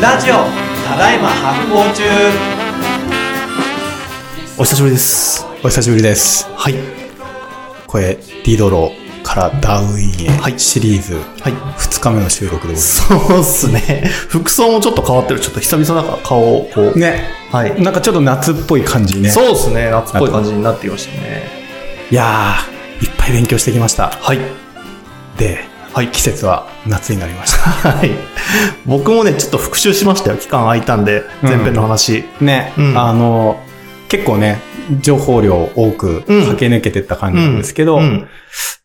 ラジオただいま発行中お久しぶりです。お久しぶりです。はい。これ、リドロからダウンインへ、はいシリーズはい。 2日目の収録でございます。そうっすね。服装もちょっと変わってる。ちょっと久々だから顔をこう。。ね。はい。なんかちょっと夏っぽい感じね。そうっすね。夏っぽい感じになってきましたね。いやー、いっぱい勉強してきました。はい。で、はい。季節は夏になりました。はい。僕もね、ちょっと復習しましたよ。期間空いたんで、うん前編の話。ね、うんあの、結構ね、情報量多くうん駆け抜けてった感じなんですけど、うん。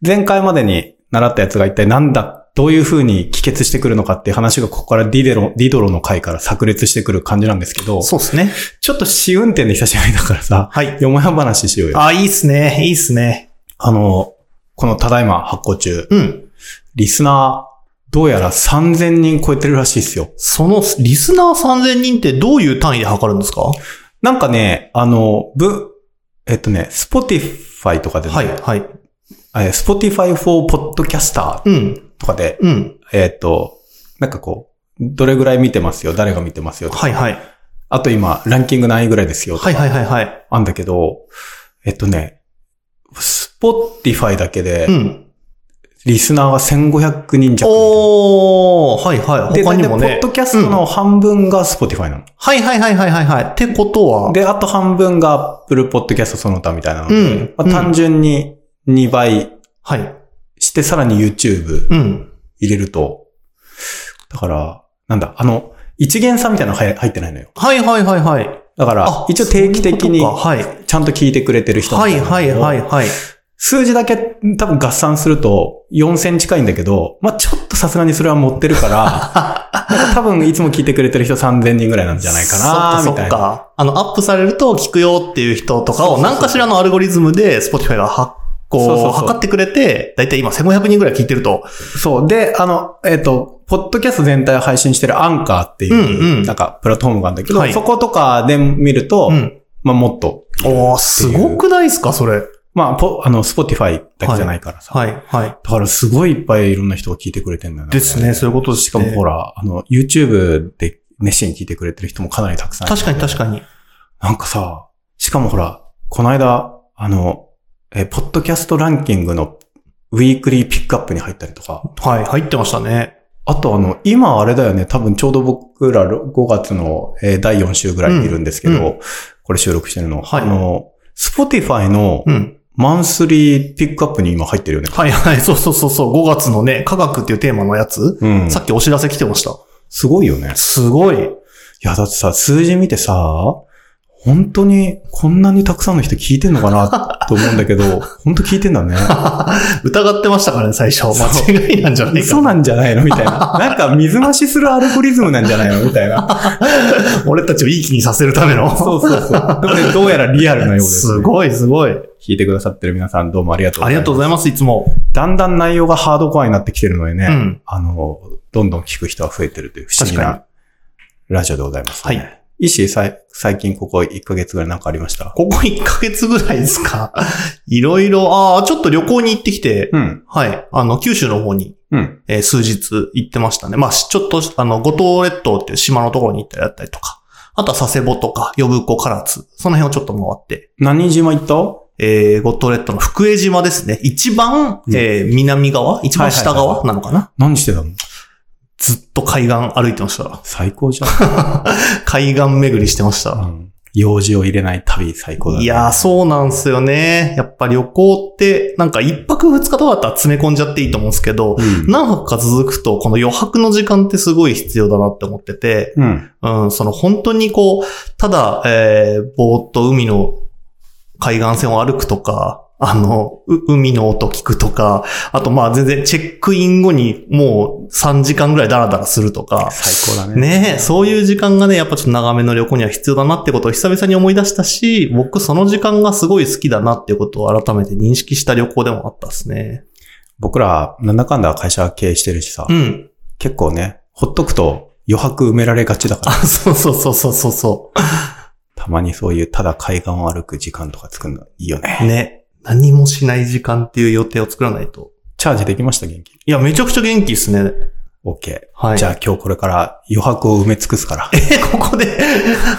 前回までに習ったやつが一体なんだ、どういう風に帰結してくるのかっていう話がここからディデロ、ディドロの回から炸裂してくる感じなんですけど、そうっすね。ちょっと試運転で久しぶりだからさ、はい。よもや話しようよ。ああ、いいっすね。いいっすね。の、このただいま発行中、うん。リスナー、どうやら3000人超えてるらしいっすよ。その、リスナー3000人ってどういう単位で測るんですかなんかね、あの、ぶ、えっとね、Spotify とかでね、はい。はい。えー Spotify for Podcaster うん。とかで、うん。えっと、なんかこう、どれぐらい見てますよ誰が見てますよとかはいはい。あと今、ランキング何位ぐらいですよとかはいはいはいはい。あんだけど、えっとね、Spotify だけでう、ん。リスナーが1500人弱みたいな。おー、はいはい。で、他にも大体ねポッ。ドキャストの半分が Spotify なの。はいはいはいはいはいはい。ってことは、で、あと半分が Apple Podcast その他みたいなのうで、ん。まあ、純。単純に2倍はい。して、さらに YouTube うん。入れると、だから、なんだ、あの、一元差みたいなの入入ってないのよ。はいはいはいはい。だからあ、一応定期的にそういうことかはい。ちゃんと聞いてくれてる人はいはいはいはい。数字だけ多分合算すると4000近いんだけど、まあちょっとさすがにそれは持ってるから、 なんか多分いつも聞いてくれてる人3000人ぐらいなんじゃないかな、そっかそみたっいな。か。あの、アップされると聞くよっていう人とかそうそうをそう何かしらのアルゴリズムで Spotify が発そうそうそ行、う測ってくれて、だいたい今1500人ぐらい聞いてると。そう。で、あの、えっ、と、ポッドキャスト全体を配信してるアンカーっていう、うんうんなんか、プラットフォームがあるんだけど、はいそことかで見ると、うん。まあ、もっと、おー、すごくないですかそれ。まあ、ポ、あの、スポティファイだけじゃないからさ。はいはい。だから、すごいいっぱいいろんな人が聞いてくれてるんだよね。ですね、そういうことししかも、ほら。ら、あの、YouTube で熱心に聞いてくれてる人もかなりたくさんいる確かに確かに。なんかさ、しかもほら、この間、あの、えーポッドキャストランキングのウィークリーピックアップに入ったりとか、はい、入ってましたね。あとあの、今あれだよね、多分ちょうど僕ら5月の、えー第4週ぐらいにいるんですけど、うんうこれ収録してるの。はいあの、Spotify のうん。マンスリーピックアップに今入ってるよね。はいはい、そうそうそうそう、5月のね、科学っていうテーマのやつ、うん。さっきお知らせ来てました。すごいよね。すごい。いや、だってさ、数字見てさ、本当にこんなにたくさんの人聞いてんのかなと思うんだ けど、本当聞いてんだね。疑ってましたからね、最初。そう間違いなんじゃない嘘か。なんじゃないのみた いな。なんか水増しするアルゴリズムなんじゃないのみたいな。俺たちをいい気にさせるための。そうそうそう。でもね、どうやらリアルなようです、すごい、すごい。聞いてくださってる皆さんどうもありがとうありがとうごいざいます、いつも。ます。だんだん内容がハードコアになってきてるのでね、うんあの、どんどん聞く人は増えてるという不思議確なラジオでございます、ね。は。い。石井さい、最近ここ1ヶ月ぐらいなんかありましたここ1ヶ月ぐらいですか。 いろいろ、ああ、ちょっと旅行に行ってきて、うん。はい。あの、九州の方に、うん。えー数日行ってましたね。まあ、しちょっと、あの、五島列島っていう島のところに行ったりだったりとか、あとは佐世保とか、呼子唐津、その辺をちょっと回って、何島行ったえー、五島列島の福江島ですね。一番、うんえー、南側一番下はいはい側はなのかな、何してたのずっと海岸歩いてました。最高じゃん。海岸巡りしてました。 うん用事を入れない旅最高だ、ね。いやー、そうなんですよね。やっぱ旅行って、なんか一泊二日とかだったら詰め込んじゃっていいと思うんですけど、うん。何泊か続くと、この余白の時間ってすごい必要だなって思ってて、うん。うん、その本当にこう、ただ、えー、ぼーっと海の海岸線を歩くとか、あの、う海の音聞くとか、あとまあ全然チェックイン後にもう3時間ぐらいダラダラするとか、最高だね。ねえ、そういう時間がね、やっぱちょっと長めの旅行には必要だなってことを久々に思い出したし、僕その時間がすごい好きだなってことを改めて認識した旅行でもあったですね。僕ら、なんだかんだ会社経営してるしさ、うん。結構ね、ほっとくと余白埋められがちだかあ、ら、そうそうそうそうそうそう。たまにそういうただ海岸を歩く時間とか作るのいいよね。ね。何もしない時間っていう予定を作らないと。チャージできました、元気。いや、めちゃくちゃ元気ですね。 OK。はい。じゃあ今日これから余白を埋め尽くすから。え、 ここで、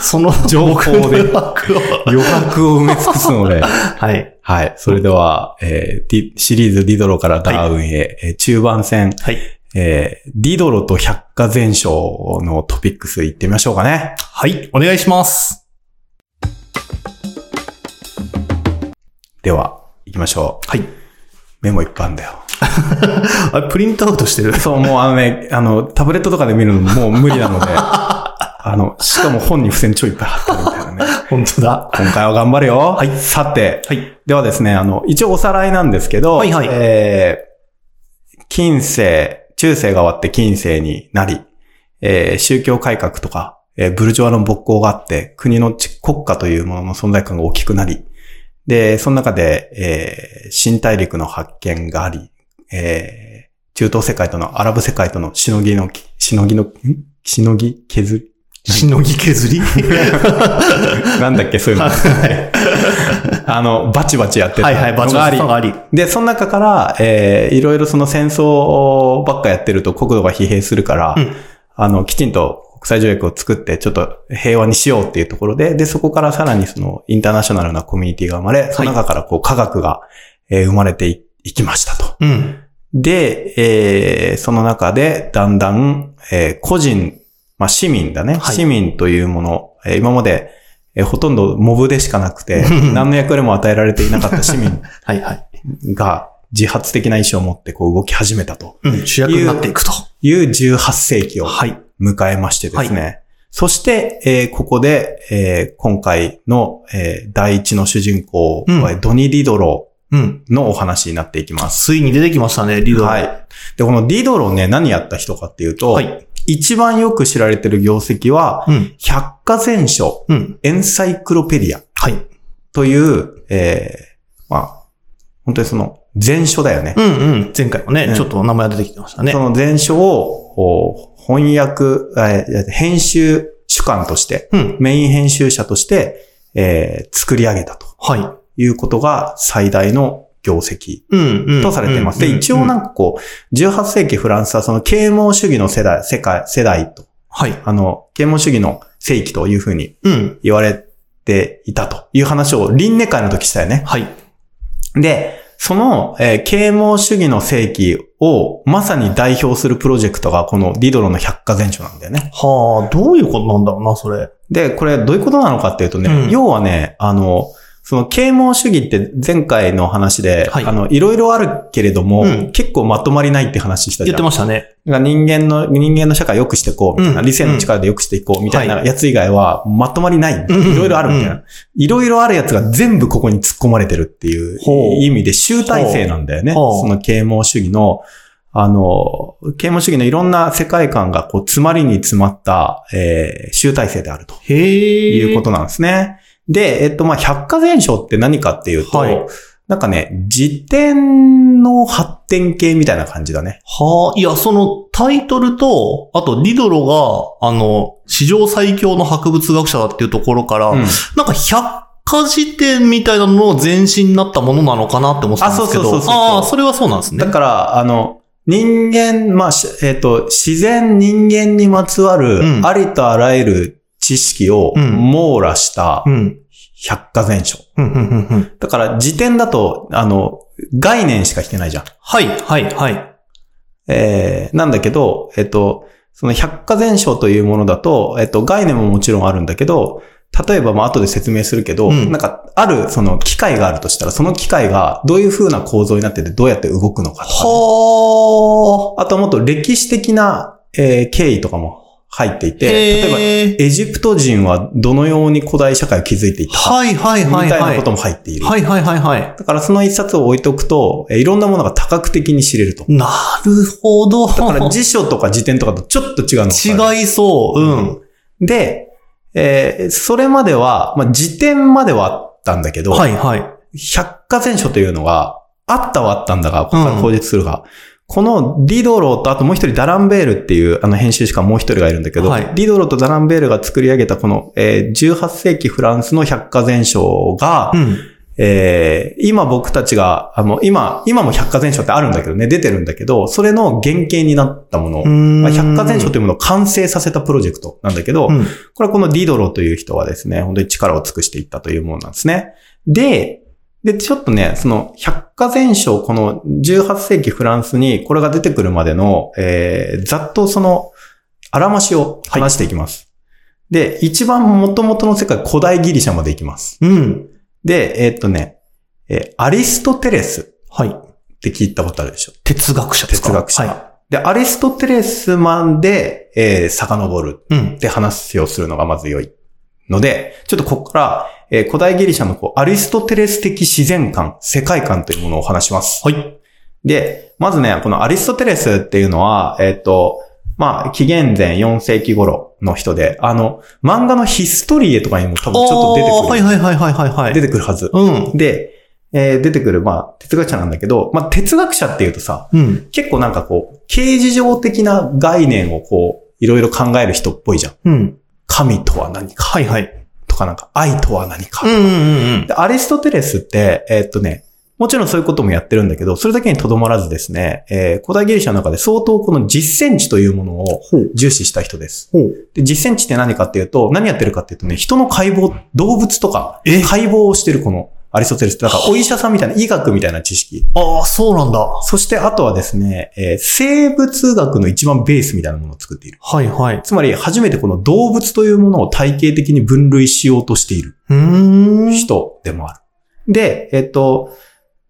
その情報で僕の枠を。余白を埋め尽くすので。はい。 はい。それでは、えーディシリーズディドロからダーウィンへ、えー中盤戦、はい。えーディドロと百科全書のトピックス行ってみましょうかね。はい。お願いします。では、行きましょう。はい。メモいっぱいあんだよ。あれ、プリントアウトしてる。そう、もうあのね、あの、タブレットとかで見るのもう無理な ので、あの、しかも本に付箋ちょいっぱい貼ってるみたいなね。本当だ。今回は頑張れよ。はい。さて、はい。ではですね、あの、一応おさらいなんですけど、はいはいえー、近世、中世が終わって近世になり、えー、宗教改革とか、えーブルジョアの勃興があって、国のち国家というものの存在感が大きくなり、で、その中で、えー、新大陸の発見があり、えー、中東世界とのアラブ世界とのしのぎの、しのぎの、んしのぎ削りしのぎ削 り。なんだっけ、そういう の。あの、バチバチやってたはいはい、バのチがバあチりさん、があり。で、その中から、えーいろいろその戦争ばっかやってると国土が疲弊するから、うんあの、きちんと国際条約を作って、ちょっと平和にしようっていうところで、で、そこからさらにそのインターナショナルなコミュニティが生まれ、その中からこう科学が、えー生まれていいきましたと。うん。で、えーその中で、だんだん、えー個人、まあ、市民だね、はい、市民というもの、えー今まで、えーほとんどモブでしかなくて 何の役割も与えられていなかった市民はいはい。が自発的な意思を持ってこう動き始めたとうん、主役になっていくと。いう18世紀をはい。迎えましてですね。そして、えーここで、えー今回の、えー第一の主人公、うんドニ・ディドロうん。のお話になっていきます。ついに出てきましたね、リード。はい。で、このディドロね、何やった人かっていうと、はい。一番よく知られてる業績は、うん。百科全書、うん。エンサイクロペディアはい。という、えーまあ、本当にその、全書だよね。うんうん。前回もね、うんちょっと名前が出てきてましたね。その全書をこう翻訳、えー編集主管として、うん。メイン編集者として、えー作り上げたとはい。いうことが最大の業績うんうん。とされています。うんで、一応なうんんかこう、18世紀フランスはその啓蒙主義の世代、世界、世代と、はい。あの、啓蒙主義の世紀というふうにうん。言われていたという話を輪廻会の時したよね。はい。で、その、えー啓蒙主義の世紀をまさに代表するプロジェクトがこのディドロの百科全書なんだよね。はあ、どういうことなんだろうな、それ。で、これどういうことなのかっていうとね、うん要はね、あの、その啓蒙主義って前回の話で、はいあの、いろいろあるけれども、うん結構まとまりないって話したじ言ゃっん。てましたね。だから人間の、人間の社会を良くしていこう、みたいな、うん理性の力で良くしていこう、みたいはなやつ以外は、まとまりない。うんいろいろあるみたいな。いろいろあるやつが全部ここに突っ込まれてるっていうほう意味で集大成なんだよね。ほうその啓蒙主義の、あの、啓蒙主義のいろんな世界観がこう、詰まりに詰まった、えー集大成であるとへえ。いうことなんですね。で、えっと、まあ、百科全書って何かっていうと、はいなんかね、辞典の発展系みたいな感じだね。はあ、いや、そのタイトルと、あと、リドロが、あの、史上最強の博物学者だっていうところから、うんなんか百科事典みたいなのの前身になったものなのかなって思ってたんですけど。あそうそうそうそうああ、それはそうなんですねだ。から、あの、人間、まあ、しえっ、と、自然人間にまつわるう、んありとあらゆる知識をうん網羅したうん。百科全書。うん、うん、うん、うん。だから、辞典だと、あの、概念しかしてないじゃん。はい、はい、はい。えー、なんだけど、えっ、と、その百科全書というものだと、えっ、と、概念ももちろんあるんだけど、例えば、まあ、後で説明するけど、うんなんか、ある、その、機械があるとしたら、その機械が、どういう風な構造になってて、どうやって動くのかとかね、はあともっと歴史的な、えー経緯とかも入っていあ。て、例えば、えば、エジプト人はどのように古代社会を築いていったか、はい、はい、はい、みたいは。ないことはも入っている。い、はい、はい、はい。だからその一冊を置いとくと、えーいろんなものが多角的に知れると。なるほど。だから辞書とか辞典とかとちょっと違うのがある違いそう。うん。で、えーそれまでは、まあ、辞典まではあったんだけど、はい、はい。百科全書というのが、あったはあったんだが、ここからうん口実するが、このディドロと、あともう一人ダランベールっていう、あの編集士官もう一人がいるんだけど、はいディドロとダランベールが作り上げたこの、えー18世紀フランスの百科全書が、うん。えー今僕たちが、あの、今、今も百科全書ってあるんだけどね、出てるんだけど、それの原型になったもの、まあ、百科全書というものを完成させたプロジェクトなんだけど、うんこれはこのディドロという人はですね、本当に力を尽くしていったというものなんですね。で、で、ちょっとね、その、百科全書、この18世紀フランスにこれが出てくるまでの、えー、ざっとその、あらましを話していきます。で、一番元々の世界、古代ギリシャまで行きます。うん。で、えーっとね、えーアリストテレスはい。って聞いたことあるでしょ哲学者ですか哲学者。はい。で、アリストテレスまで、えー、遡るうんっ。て話をするのがまず良い。ので、ちょっとここから、えー古代ギリシャのこうアリストテレス的自然観、世界観というものをお話します。はい。で、まずね、このアリストテレスっていうのは、えっ、と、まあ、紀元前4世紀頃の人で、あの、漫画のヒストリエとかにも多分ちょっと出てくる。はいはいはいはいはいはい。出てくるはず。うん。で、えー出てくる、まあ、哲学者なんだけど、まあ、哲学者っていうとさ、うん。結構なんかこう、形事上的な概念をこう、いろいろ考える人っぽいじゃん。うん。神とは何かはいはい。とかなんか、愛とは何か。うんうんうん。でアリストテレスって、えーっとね、もちろんそういうこともやってるんだけど、それだけにとどまらずですね、えー古代ギリシャの中で相当この実践地というものをほう。重視した人です。ほう。で、実践地って何かっていうと、何やってるかっていうとね、人の解剖、動物とか、え解剖をしてるこのアリストテレスって、だからお医者さんみたいな、医学みたいな知識。ああ、そうなんだ。はそしてあとはですね、えー生物学の一番ベースみたいなものを作っている。いはい。つまり、初めてこの動物というものを体系的に分類しようとしている。うーん。人でもある。で、えっと、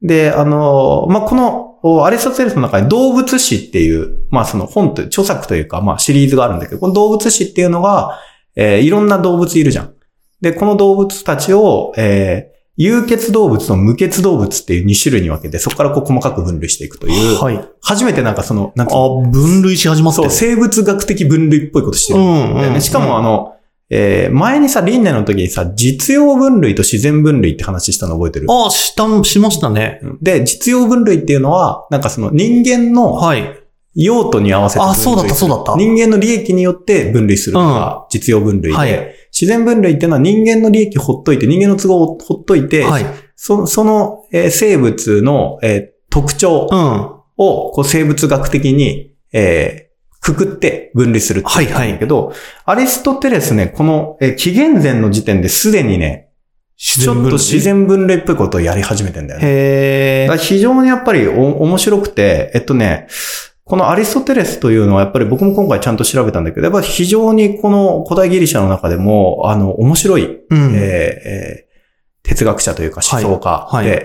で、あの、まあ、この、おアリストテレスの中に動物史っていう、まあ、その本という、著作というか、まあ、シリーズがあるんだけど、この動物史っていうのが、えーいろんな動物いるじゃん。で、この動物たちを、えー有血動物と無血動物っていう2種類に分けて、そこからこう細かく分類していくという、はい。初めてなんかその、なんつうのあ、分類し始まってそう、る。生物学的分類っぽいことしてる。んだよねしかもあ、の、えー前にさ、輪廻の時にさ、実用分類と自然分類って話したの覚えてるああ、した、しましたね。で、実用分類っていうのは、なんかその人間のはい。用途に合わせて分類あそうだったするそうだった人間の利益によって分類するのが実用分類で、はい。自然分類っていうのは人間の利益ほっといて、人間の都合をほっといて、はい。うん。そその、えー生物の、えー特徴はをこう生物学的に、えーくくって分類するっていはだけい。ど、アリストテレスね、この、えー紀元前の時点ですでにね、自ちょっと自。然分類っぽいことをやり始めてんだよね。へだーから非常にやっぱりお面白くて、えっとね、このアリストテレスというのはやっぱり僕も今回ちゃんと調べたんだけど、やっぱり非常にこの古代ギリシャの中でも、あの、面白い、うん。えーえー哲学者というか思想家で、はいは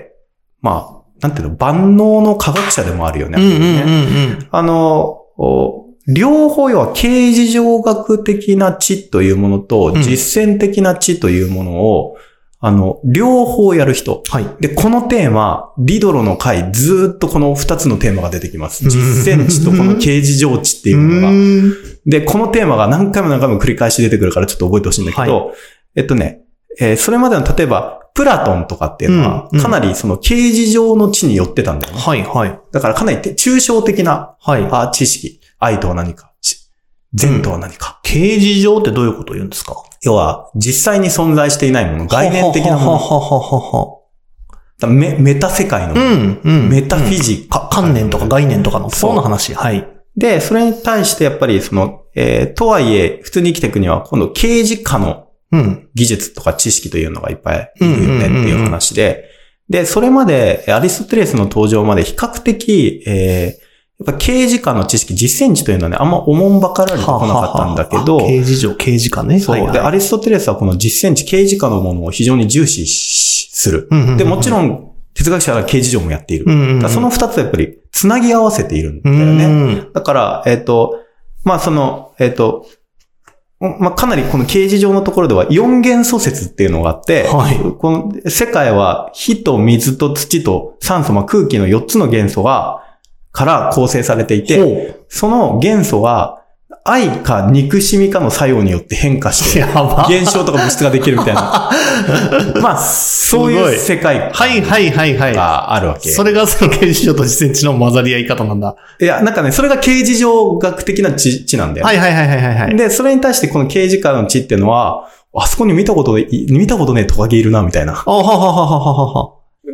まあ、なんていうの、万能の科学者でもあるようね。んうんねうんうん。あの、お両方要は形事上学的な知というものと、うん実践的な知というものを、あの、両方やる人。はい。で、このテーマ、リドロの回、ずーっとこの二つのテーマが出てきます。うん実践知とこの形事上知っていうものが。ーんで、このテーマが何回も何回も繰り返し出てくるからちょっと覚えてほしいんだけど、えっとね、えーそれまでの例えば、プラトンとかっていうのはうんう、んかなりその形事上の知に寄ってたんだよね。はいはい。だからかなりて抽象的なはい。あ、知識。愛とは何か。し善とは何か。形事上ってどういうことを言うんですか要は、実際に存在していないもの、概念的なもはの。はははは。だメメタ世界のもうの、ん、うん。メタフィジカ。か、観念とか概念とかの、そうの話。はい。で、それに対してやっぱり、その、えーとはいえ、普通に生きていくには、今度、刑事課のうん。技術とか知識というのがいっぱいいるよねっていう話で、で、それまで、アリストテレスの登場まで比較的、えーやっぱ刑事課の知識、実践知というのはね、あんまおもんばかられてこなかったんだけど、はははは刑事上、刑事かね。そはう。いはいで、アリストテレスはこの実践地、刑事課のものを非常に重視しする。うんうんうんで、もちろん、哲学者は刑事上もやっている。うだんうんうん。からその二つはやっぱり、つなぎ合わせているんだよね。ね。だから、えっ、と、まあ、その、えっ、と、うんまあ、かなりこの刑事上のところでは四元素説っていうのがあって、はいこの世界は火と水と土と酸素、まあ、空気の4つの元素が、から構成されていて、で、その元素が愛か憎しみかの作用によって変化して、やば。現象とか物質ができるみた いな。まあ、そういすごうい世界はいはいはいはがあるわい。け。それがその刑事上と実践地の混ざり合い方なんだ。いや、なんかね、それが刑事上学的な知知なんだよ。はいはいはいはいはいはい。で、それに対してこの刑事課の知っていうのは、あそこに見たことでい、見たことねえトカゲいるな、みたいな。あははははははは。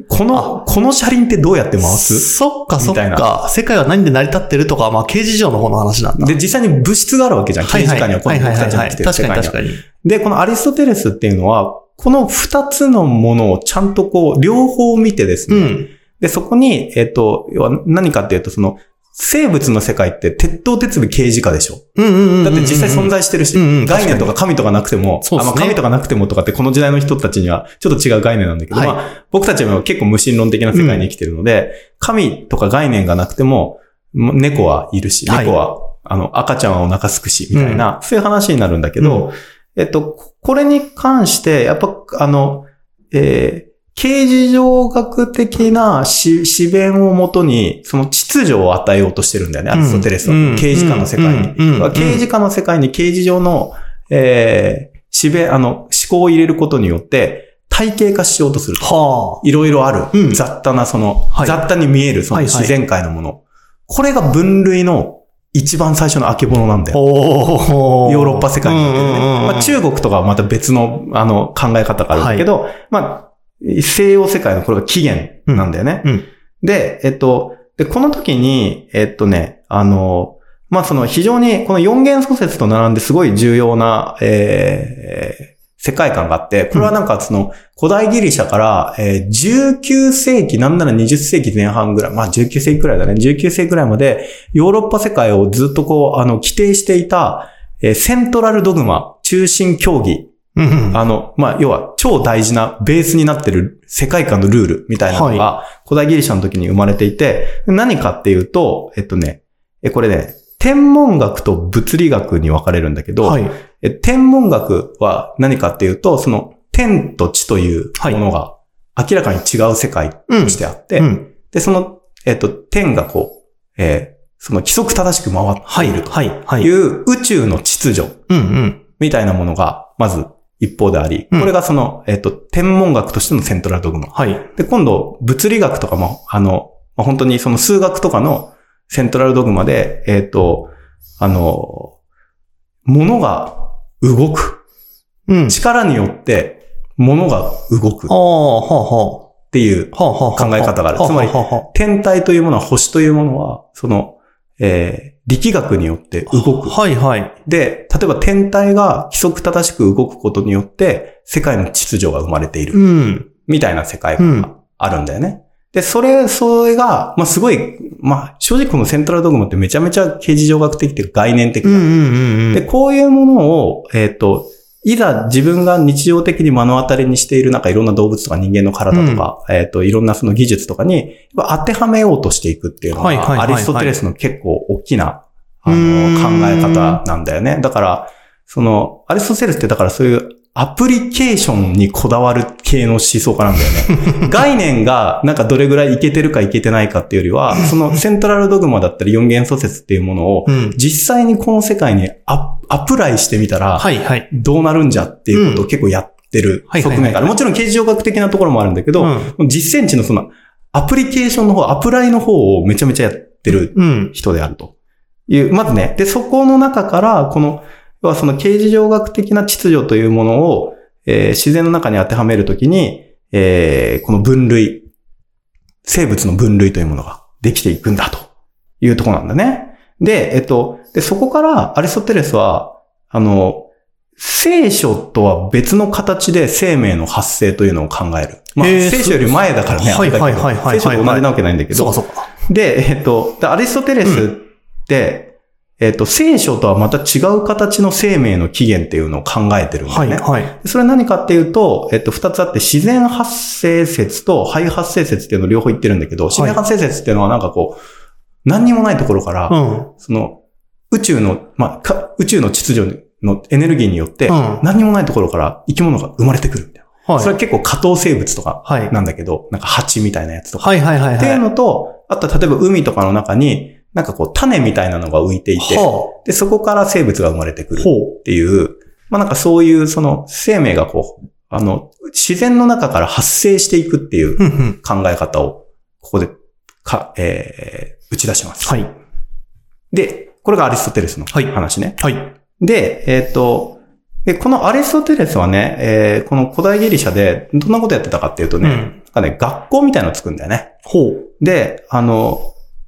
この、この車輪ってどうやって回すそっかそっみたいか。世界は何で成り立ってるとか、まあ、刑事上の方の話なんだ。で、実際に物質があるわけじゃん。刑事下にはこの僕たちの来てる確世かに界に確は。かに。で、このアリストテレスっていうのは、この二つのものをちゃんとこう、両方見てですうね。ん。で、そこに、えっと、要は何かっていうと、その、生物の世界って鉄頭鉄尾刑事下でしょ。うんうんうんうん。だって実際存在してるし、うんうんうん概念とか神とかなくても、そうっあすまねあ神とかなくてもとかってこの時代の人たちにはちょっと違う概念なんだけど、はいまあ僕たちは結構無神論的な世界に生きてるので、神とか概念がなくても、ま猫はいるし、はい猫は、あの、赤ちゃんはお腹すくし、みたいな、そういう話になるんだけど、えっと、ここれに関して、やっぱ、あの、えー刑事上学的なし詩弁をもとに、その秩序を与えようとしてるんだよね、アリストテレスは。うん刑事家の世界に。うんうん刑事家の世界に刑事上の、えー、詩弁、あの、思考を入れることによって、体系化しようとすると。はいろいろある、うん雑多なその、はい雑多に見えるそのはいはい自然界のもの。これが分類の一番最初のあけぼのなんだあ。よ。おヨーロッパ世界においてねまあ、国中国とかはまた別のあの考え方があるんだけど、まあ、西洋世界のこれが起源なんだよね。うんうんで、えっと、で、この時に、えっとね、あの、まあ、その非常にこの四元素説と並んですごい重要な、えー世界観があって、これはなんかその古代ギリシャから、えー19世紀、なんなら20世紀前半ぐらい、まあ19世紀くらいだね、19世紀くらいまでヨーロッパ世界をずっとこう、あの、規定していた、えーセントラルドグマ、中心競技、うんうんあの、まあ、要は超大事なベースになってる世界観のルールみたいなのが古代ギリシャの時に生まれていて、何かっていうと、えっとね、え、これね、天文学と物理学に分かれるんだけど、はい。え天文学は何かっていうと、その天と地というものが明らかに違う世界うんとしてあって、うん。で、その、えっと、天がこう、えーその規則正しく回っているはい。はとい。いう宇宙の秩序うんうん。みたいなものが、まず一方であり、うんこれがその、えっと、天文学としてのセントラルドグマ。はい。で、今度、物理学とかも、あの、まあ本当にその数学とかのセントラルドグマで、えっ、と、あの、物が動く。うん。力によって物が動くっああ、はあはていうあ。はあはあはあ。考え方があるつまりはあはあは天体というものは星というものは、その、えー力学によって動あく。はいはい。で、例えば天体が規則正しく動くことによって、世界の秩序が生まれている。うん。みたいな世界観があるんだよね。で、それ、それが、まあ、すごい、まあ、正直このセントラルドグマってめちゃめちゃ形事上学的っていうか概念的うんうな、んうんうん。で、こういうものを、えっ、と、いざ自分が日常的に目の当たりにしているなんかいろんな動物とか人間の体とか、えっ、と、いろんなその技術とかにやっぱ当てはめようとしていくっていうのはいはいはいが、はアいリストテレスの結構大きな、うあの、考ーえん方なんだよね。だから、その、アリストテレスってだからそういうアプリケーションにこだわる系の思想家なんだよね。 概念がなんかどれぐらいいけてるかいけてないかっていうよりは、そのセントラルドグマだったり四元素説っていうものを、うん。実際にこの世界にアアプライしてみたら、はいはい。どうなるんじゃっていうことを結構やってるはい側面がある。もちろん形状学的なところもあるんだけど、うん実践地のそのアプリケーションの方、アプライの方をめちゃめちゃやってるうん。人であるという、まずね、で、そこの中から、この、要はその形状学的な秩序というものを、えー自然の中に当てはめるときに、えーこの分類、生物の分類というものができていくんだというところなんだね。で、えっと、で、そこからアリストテレスは、あの、聖書とは別の形で生命の発生というのを考える。まあ、へー聖書より前だからそうね。そうあれだけどはいはいはいはいはい聖書と同じなわけないんだけど。そうかそうか。で、えっと、でアリストテレスって、えっと、聖書とはまた違う形の生命の起源っていうのを考えてるんだはよいね。はい。それは何かっていうと、えっと、二つあって、自然発生説と肺発生説っていうのを両方言ってるんだけど、自然発生説っていうのはなんかこう、何にもないところから、うん。その、宇宙の、まあか、宇宙の秩序のエネルギーによって、うん何にもないところから生き物が生まれてくるみたいな。はい。それは結構下等生物とかはい。なんだけど、なんか蜂みたいなやつとか、はいはいはいはい。っていうのと、あと例えば海とかの中に、なんかこう種みたいなのが浮いていて、はで、そこから生物が生まれてくあるっほていう、まあなんかそういうその生命がこう、あの、自然の中から発生していくっていうう。うんうん。考え方を、ここで、か、えー、打ち出します。はい。で、これがアリストテレスのはい話ね。はい。で、えっ、と、で、このアレストテレスはね、えーこの古代ギリシャでどんなことやってたかっていうとね、うんなんかね、学校みたいなのを作るんだよね。ほう。で、あの、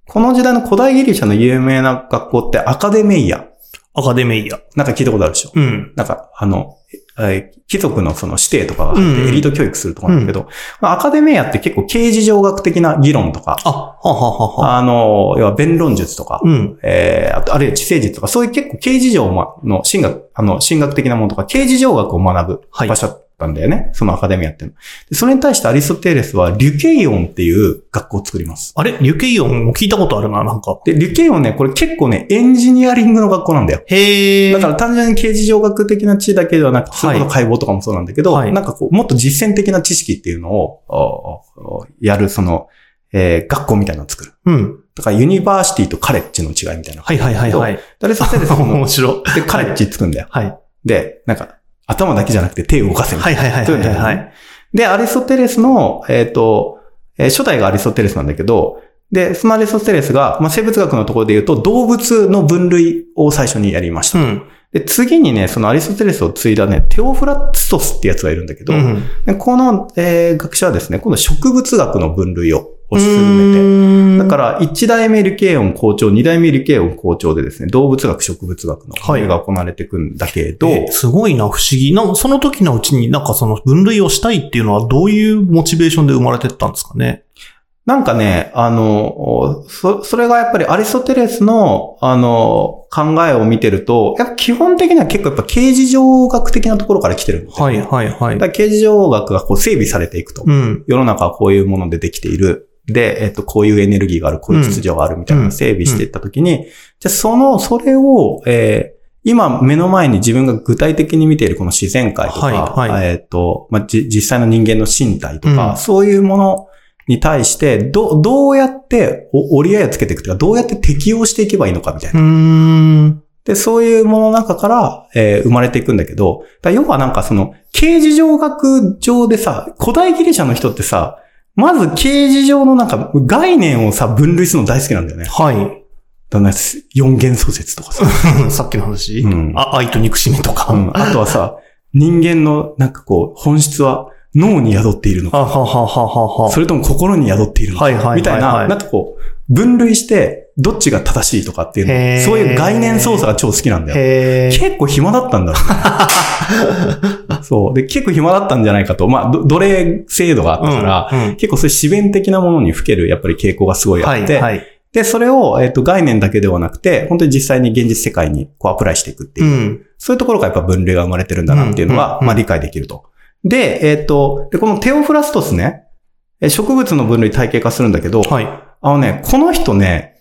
この時代の古代ギリシャの有名な学校ってアカデメイア。アカデミーや。なんか聞いたことあるでしょうん。なんか、あの、えー貴族のその指定とかが入っうんうんてエリート教育するとかなんだけど、まあ、アカデメイアって結構刑事上学的な議論とか、あ、はははは。あの、要は弁論術とか、うん。えーあと、あるいは地政術とか、そういう結構刑事上の進学、あの、進学的なものとか、刑事上学を学ぶはい場所だったんだよね。そのアカデミアっていうので。それに対してアリストテレスは、リュケイオンっていう学校を作ります。あれリュケイオンも聞いたことあるな、なんか。で、リュケイオンね、これ結構ね、エンジニアリングの学校なんだよ。へえ。だから単純に刑事上学的な知だけではなく、それこそ解剖とかもそうなんだけど、はいなんかこう、もっと実践的な知識っていうのを、おおやる、その、えー学校みたいなのを作る。うん。だからユニバーシティとカレッジの違いみたいな。はいはいはいはい。誰させる 面白い。で、カレッジつくんだよ。はい。はで、なんか、頭だけじゃなくて手を動かせいみたはいいはいはいな。そういうのはやいるのはねい。で、アリストテレスの、えっ、と、えー初代がアリストテレスなんだけど、で、そのアリストテレスが、まあ、生物学のところで言うと、動物の分類を最初にやりましうた。ん。で、次にね、そのアリストテレスを継いだね、テオフラストスってやつがいるんだけど、うん。でこの、えー学者はですね、今度植物学の分類を推し進めて、めだから、1代目理系音校長、2代目理系音校長でですね、動物学、植物学のはい分類が行われていくんだけど、えすごいな、不思議。なんかその時のうちになんかその分類をしたいっていうのはどういうモチベーションで生まれてったんですかね。なんかね、あの、そ、それがやっぱりアリストテレスの、あの、考えを見てると、やっぱ基本的には結構やっぱ刑事上学的なところから来てるんだよはいねはいはだいか。ら刑事上学がこう整備されていくと。うん。世の中はこういうものでできている。で、えっと、こういうエネルギーがある、こういう秩序があるみたいなのを整備していったときに、じゃあその、それを、えー今目の前に自分が具体的に見ているこの自然界とか、はいはいえっと、まあ、じ実際の人間の身体とか、うんそういうものに対して、ど、どうやってお折り合いをつけていくというか、どうやって適応していけばいいのかみたいなうーん。で、そういうものの中から、えー生まれていくんだけど、だから要はなんかその、刑事上学上でさ、古代ギリシャの人ってさ、まず刑事上のなんか概念をさ、分類するの大好きなんだよね。はい。だからね四元素説とかさ。 さっきの話、うんあ、愛と憎しみとか。うんあとはさ、人間のなんかこう、本質は脳に宿っているのか、はははははは。それとも心に宿っているのか、はいはいはいはいみたいな、なんかこう、分類して、どっちが正しいとかっていうへーの、そういう概念操作が超好きなんだよ。へー結構暇だったんだろ うね。そう。で、結構暇だったんじゃないかと。まあ、ど奴隷制度があったから、うんうん結構そういう自弁的なものに吹ける、やっぱり傾向がすごいあはっいて、はい。で、それを、えっ、と、概念だけではなくて、本当に実際に現実世界にこうアプライしていくっていうう、ん。そういうところがやっぱ分類が生まれてるんだなっていうのは、うんうんうんまあ、理解できると。で、えっ、と、で、このテオフラストスね、え植物の分類体系化するんだけど、はい。あのね、この人ね、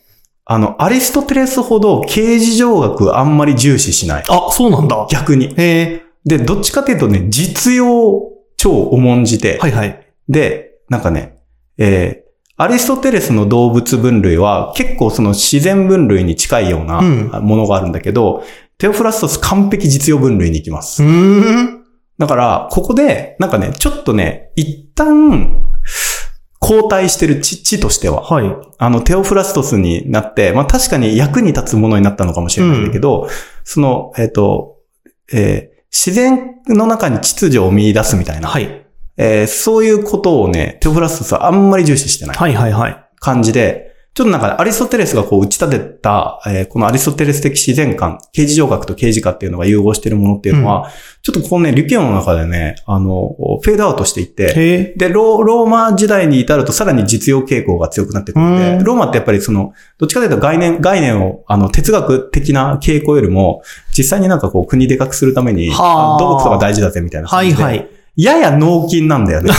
あの、アリストテレスほど刑事上学あんまり重視しない。あ、そうなんだ。逆に。へで、どっちかっていうとね、実用を超重んじて、ーはいはい。で、なんかね、えーアリストテレスの動物分類は結構その自然分類に近いようなうんものがあるんだけど、テオフラストス完璧実用分類に行きます。うーん。だから、ここで、なんかね、ちょっとね、一旦、交代してる知知としては、はい。あの、テオフラストスになって、まあ確かに役に立つものになったのかもしれないんだけど、その、えっ、と、えー自然の中に秩序を見出すみたいな、はい。えーそういうことをね、テオフラストスはあんまり重視してないはいはいはい。感じで、ちょっとなんかアリストテレスがこう打ち立てた、えーこのアリストテレス的自然観、刑事上学と刑事化っていうのが融合してるものっていうのは、ちょっとこのね、リュキオンの中でね、あの、フェードアウトしていって、へーで、ローローマ時代に至るとさらに実用傾向が強くなってくるのうで、んローマってやっぱりその、どっちかというと概念、概念を、あの、哲学的な傾向よりも、実際になんかこう、国でかくするために、はああの土木とか大事だぜみたいなは感いじで。はい。やや脳筋なんだよね。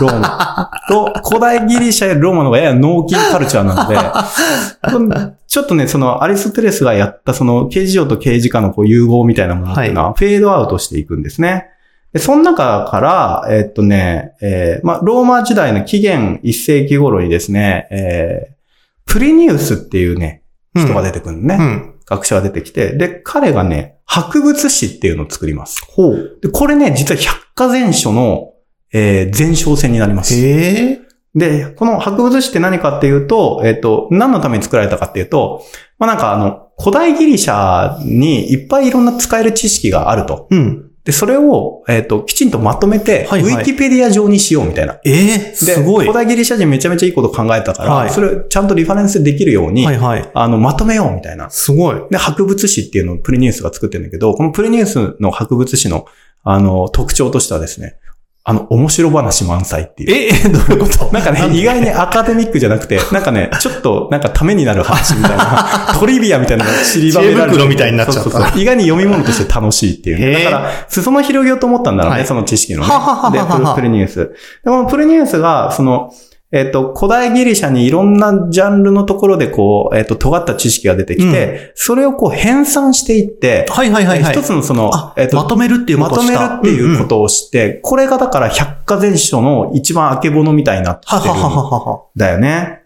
ローマ。ロ古代ギリシャやローマの方がやや脳筋カルチャーなので、ちょっとね、そのアリストテレスがやったその刑事上と刑事課のこう融合みたいなものっていうのはフェードアウトしていくんですね。で、その中から、えっとね、えーまあ、ローマ時代の紀元1世紀頃にですね、えープリニウスっていうね、うん人が出てくるのね、うん。学者が出てきて、で、彼がね、博物誌っていうのを作ります。ほう。で、これね、実は百科全書の、えー前哨戦になります。へえ。で、この博物誌って何かっていうと、えっ、と、何のために作られたかっていうと、まあなんかあの、古代ギリシャにいっぱいいろんな使える知識があると。うん。で、それを、えっ、と、きちんとまとめて、はいはいウィキペディア上にしようみたいな。ええで、すごい。古は代ギリシャ人めちゃめちゃいいこと考えたから、はいそれをちゃんとリファレンスできるように、いはい。あの、まとめようみたいな。すごい。で、博物誌っていうのをプレニュースが作ってるんだけど、このプレニュースの博物誌の、あの、特徴としてはですね、あの、面白話満載っていえ、 う。えどういうことなんかでね、意外にアカデミックじゃなくて、なんかね、ちょっと、なんかためになる話みた いな、トリビアみたいなのが散りばめられ知る。恵袋みたいになっちゃったそうそうそう意外に読み物として楽しいっていう。へーだから、裾野広げようと思ったんだろうね、はいその知識のね。ははははで、はプルプルニュース。で、このプルニュースが、その、えっ、と、古代ギリシャにいろんなジャンルのところでこう、えっ、と、尖った知識が出てきて、それをこう編纂していって、はいはいはいはい。一つのそのあ、、えっ、まと、とめるっていうこまとをとしめるたっていうことをして、これがだから百科全書の一番あけぼのみたいになってはるははははは。だよね。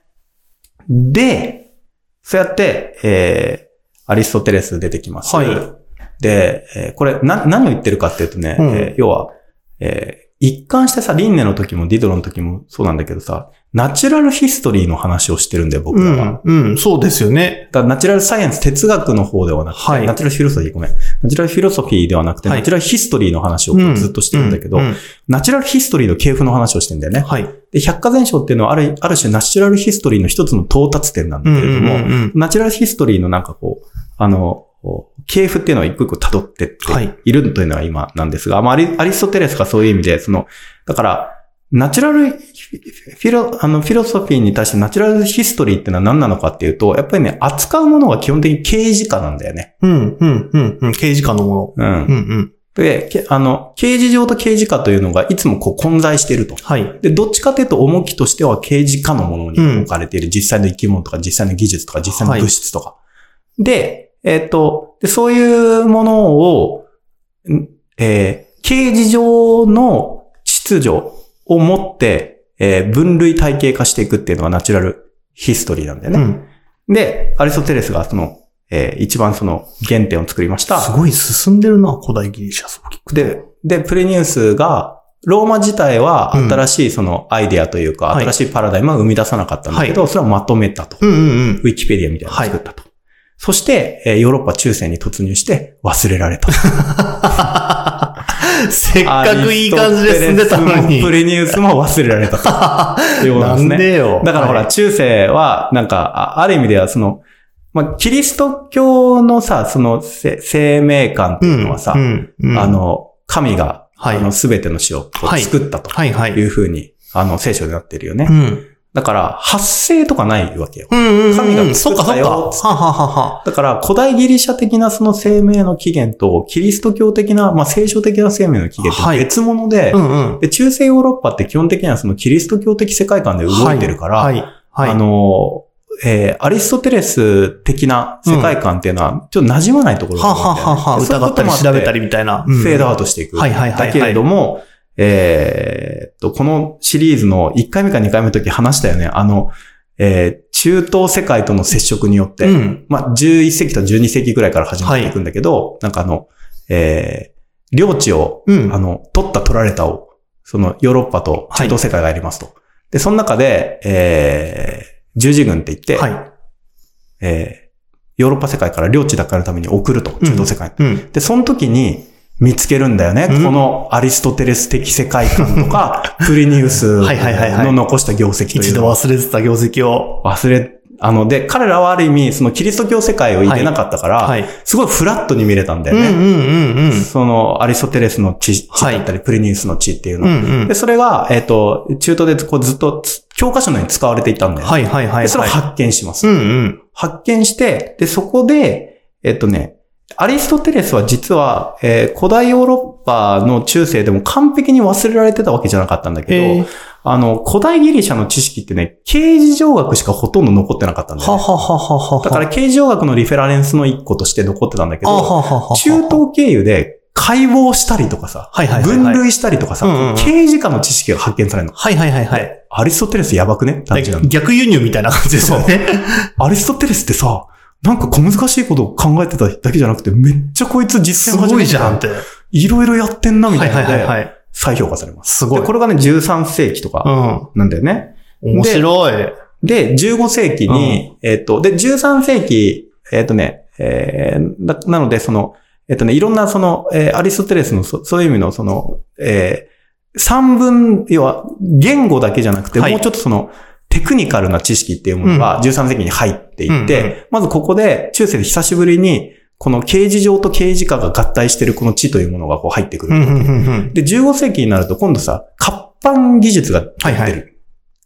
で、そうやって、えー、アリストテレス出てきます。はいで、えーこれ、な、何を言ってるかっていうとね、うんえー要は、えー一貫してさ、リンネの時もディドロの時もそうなんだけどさ、ナチュラルヒストリーの話をしてるんだよ、僕うらは。だん、うん、そうですよね。からナチュラルサイエンス、哲学の方ではなくて、はいナチュラルフィロソフィー、ごめん。ナチュラルフィロソフィーではなくて、はいナチュラルヒストリーの話をこうずっとしてるんだけど、うううナチュラルヒストリーの系譜の話をしてんだよね。はい。で、百科全書っていうのはある、ある種ナチュラルヒストリーの一つの到達点なんだけれども、うんうんうんうんナチュラルヒストリーのなんかこう、あの、こう系譜っていうのは一個一個辿ってってはいいるというのが今なんですが、まあ、アリアリストテレスがそういう意味で、その、だから、ナチュラルフィロ、あの、フィロソフィーに対してナチュラルヒストリーってのは何なのかっていうと、やっぱりね、扱うものが基本的に刑事化なんだよね。うん、うん、うん、うん。刑事課のもう。の。うんん、うん。で、けあの、刑事上と刑事化というのがいつもこう混在していると。はい。で、どっちかというと重きとしては刑事課のものに置かれている、実際の生き物とか、実際の技術とか、実際の物質とか。で、えっ、とで、そういうものを、んえー、刑事上の秩序を持って、えー分類体系化していくっていうのがナチュラルヒストリーなんだようね。ん。で、アリストテレスがその、えー一番その原点を作りました。すごい進んでるな、古代ギリシャ、そう聞くとで、で、プレニュースが、ローマ自体はうん新しいそのアイデアというか、はい新しいパラダイムは生み出さなかったんだけど、それはまとめたと。うん、うん、うん。ウィキペディアみたいなのを作ったと。そして、えーヨーロッパ中世に突入して忘れ られた。せせっかくいい感じで進んでたのにプ。レニュースも忘れられたと。ということなですんね。でよ。だからほら、はい、中世は、なんか、あある意味ではその、まあ、キリスト教のさ、そのせ生命観ってう、いうんのはさ、うん、うんあ、の、神が、はいあの、すべての死をこうはい作ったとはい、はい。いうふうに、あの、聖書になってるよね。うん。だから、発生とかないわけよ。うんうんうん、神がそ作っかったそっよか。はあはあはあはだから、古代ギリシャ的なその生命の起源と、キリスト教的な、まあ、聖書的な生命の起源っはいて別物で、あ。うんうん。で、中世ヨーロッパって基本的にはそのキリスト教的世界観で動いてるから、はい。はい。あの、えーアリストテレス的な世界観っていうのは、ちょっと馴染まないところがはああるんだよはねあはあはあ。でそういう疑こったとりもあて調べたりみたいな。うんフェードアウトしていく。はいはいはいはいだけれども、えーっと、このシリーズの1回目か2回目の時話したよね。あの、えー中東世界との接触によって、うん。まあ、11世紀と12世紀ぐらいから始まっていくんだけど、なんかあの、えー領地を、うんあの、取った取られたを、そのヨーロッパと中東世界がやりますと。で、その中で、えー十字軍って言って、はい。えーヨーロッパ世界から領地奪還のために送ると、中東世界にうん。で、その時に見つけるんだよね。うんこのアリストテレス的世界観と か、プリニウスはいはいはいはいの残した業績とい一う度のを忘れてた業績を。忘れ、あの、で、彼らはある意味、そのキリスト教世界を入れなかったから、はい。すごいフラットに見れたんだうよんうね。んうんうん。そのアリストテレスの地地だったり、プリニウスの地っていううの。んうんで、。それが、えっ、と、中東でこうずっとつ教科書のように使われていたんだよね。はいはいはい。で、それをは発見しますい。う。んうん。発見して、で、そこで、えっとね、アリストテレスは実は、えー古代ヨーロッパの中世でも完璧に忘れられてたわけじゃなかったんだけど、えーあの、古代ギリシャの知識ってね、刑事上学しかほとんど残ってなかったんだはよ、はね。はははは。だから、刑事上学のリフェラレンスの一個として残ってたんだけあはど、ははは。中東経由で解剖したりとかさ、はいはいはいは分い類したりとかさ、うんうんうん刑事課の知識が発見されるの。はいはいはいはい。アリストテレスやばくねって話なの逆輸入みたいな感じですよね。アリストテレスってさ、なんか小難しいことを考えてただけじゃなくて、めっちゃこいつ実す践 始ごめいて。じゃんったて。いろいろやってんな、みはたいいなはいはいので、はい。再評価されます。すごい。でこれがね、13世紀とうかん。なんだよね。面白い。で、15世紀に、えっ、と、で、13世紀、えっ、とね、えーな、なので、その、えっ、とね、いろんな、その、えーアリストテレスのそ、そういう意味の、その、えー三分、要は、言語だけじゃなくて、はいもうちょっとその、テクニカルな知識っていうものが13世紀に入っていって、うんうまずここで、中世で久しぶりに、この刑事上と刑事課が合体してるこの知というものがこう入ってくる。うんうんうんうんで、15世紀になると今度さ、活版技術が出てる。はいは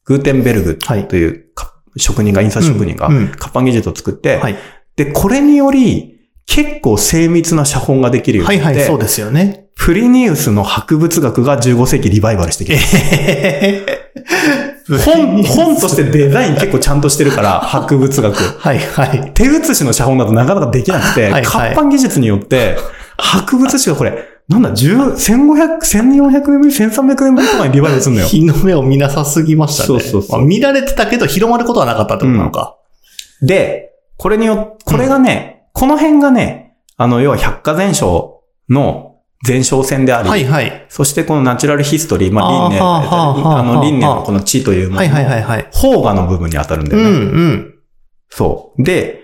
グーテンベルグはいというか職人が、印刷職人がうんうん活版技術を作って、はいで、これにより結構精密な写本ができるようはにいなっはて、い、そうですよ ね。プリニウスの博物学が15世紀リバイバルしてきて、本、本としてデザイン結構ちゃんとしてるから、博物 学。はいはい。手写しの写本だとなかなかできなくて、はいはい活版技術によって、博物誌がこれ、なんだ、10、1500、1400年ぶり、1300年ぶりとかにリバイバルするのよ。日の目を見なさすぎましたね。そうそうそうまあ見られてたけど広まることはなかったってことなのか。で、これによこれがね、この辺がね、あの、要は百科全書の前哨戦であり、はいはい。そしてこのナチュラルヒストリー、まあ、あー輪廻、はあはあはああの、輪廻のこの地というもの、はいはいはいはい。邦画の部分に当たるんだうんよね。うん。そう。で、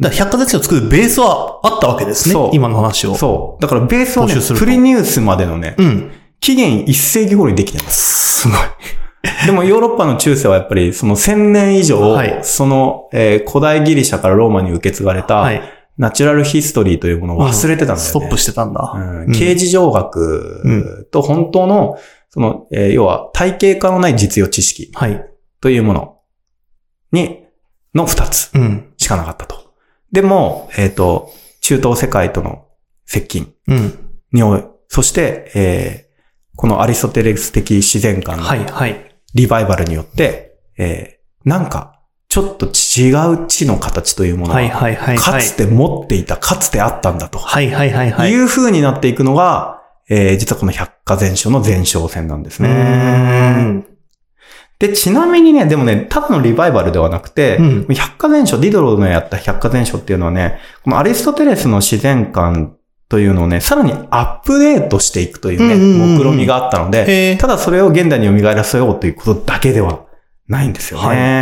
だから百貨店を作るベースはあったわけですねそう。今の話を。そう。だからベースは、ね踏襲す、るとプリニウスまでのね、うん。期限1世紀頃にできてます。すごい。でもヨーロッパの中世はやっぱりその1000年以上、はいその、えー古代ギリシャからローマに受け継がれはたい。ナチュラルヒストリーというものを忘れてたんだよね。ストップしてたんだ。うん刑事上学と本当の、その、えー要は体系化のない実用知識はい。というものに、の二つうん。しかなかったと。でも、えっ、と、中東世界との接近うん。におい、そして、えーこのアリストテレス的自然観のはいはい。リバイバルによって、えーなんか、ちょっと違う地の形というものはいが、はいはいはい。かつて持っていた、かつてあったんだと。はいはいはいはい。いうう風になっていくのが、えー実はこの百科全書の前哨戦なんですーね。ん。で、ちなみにね、でもね、ただのリバイバルではなくて、うん百科全書、ディドロのやった百科全書っていうのはね、このアリストテレスの自然観というのをね、さらにアップデートしていくというね、うんうんうんうん目論見があったので、へーただそれを現代に蘇らせようということだけではないんですよね。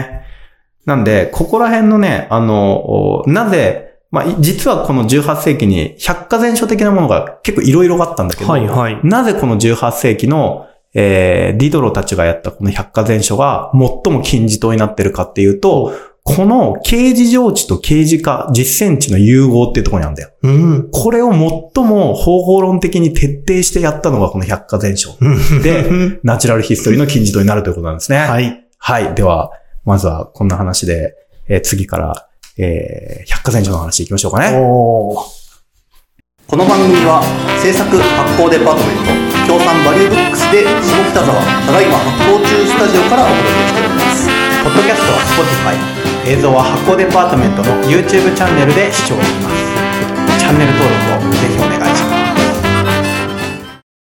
なんで、ここら辺のね、あの、おなぜ、まあ、い実はこの18世紀に百科全書的なものが結構いろいろあったんだけど、はいはい。なぜこの18世紀の、えー、ディドロたちがやったこの百科全書が最も金字塔になってるかっていうと、この刑事上地と刑事化、実践地の融合っていうところにあるんだよ。うん。これを最も方法論的に徹底してやったのがこの百科全書。 で、ナチュラルヒストリーの金字塔になるということなんですね。はい。はい。では、まずはこんな話で、えー次から、えー、百科全書の話いきましょうかね。おーこの番組は制作発行デパートメント協賛バリューブックスで下北沢ただいま発行中スタジオからお届けしておりますポッドキャストは Spotify、映像は発行デパートメントの YouTube チャンネルで視聴できます。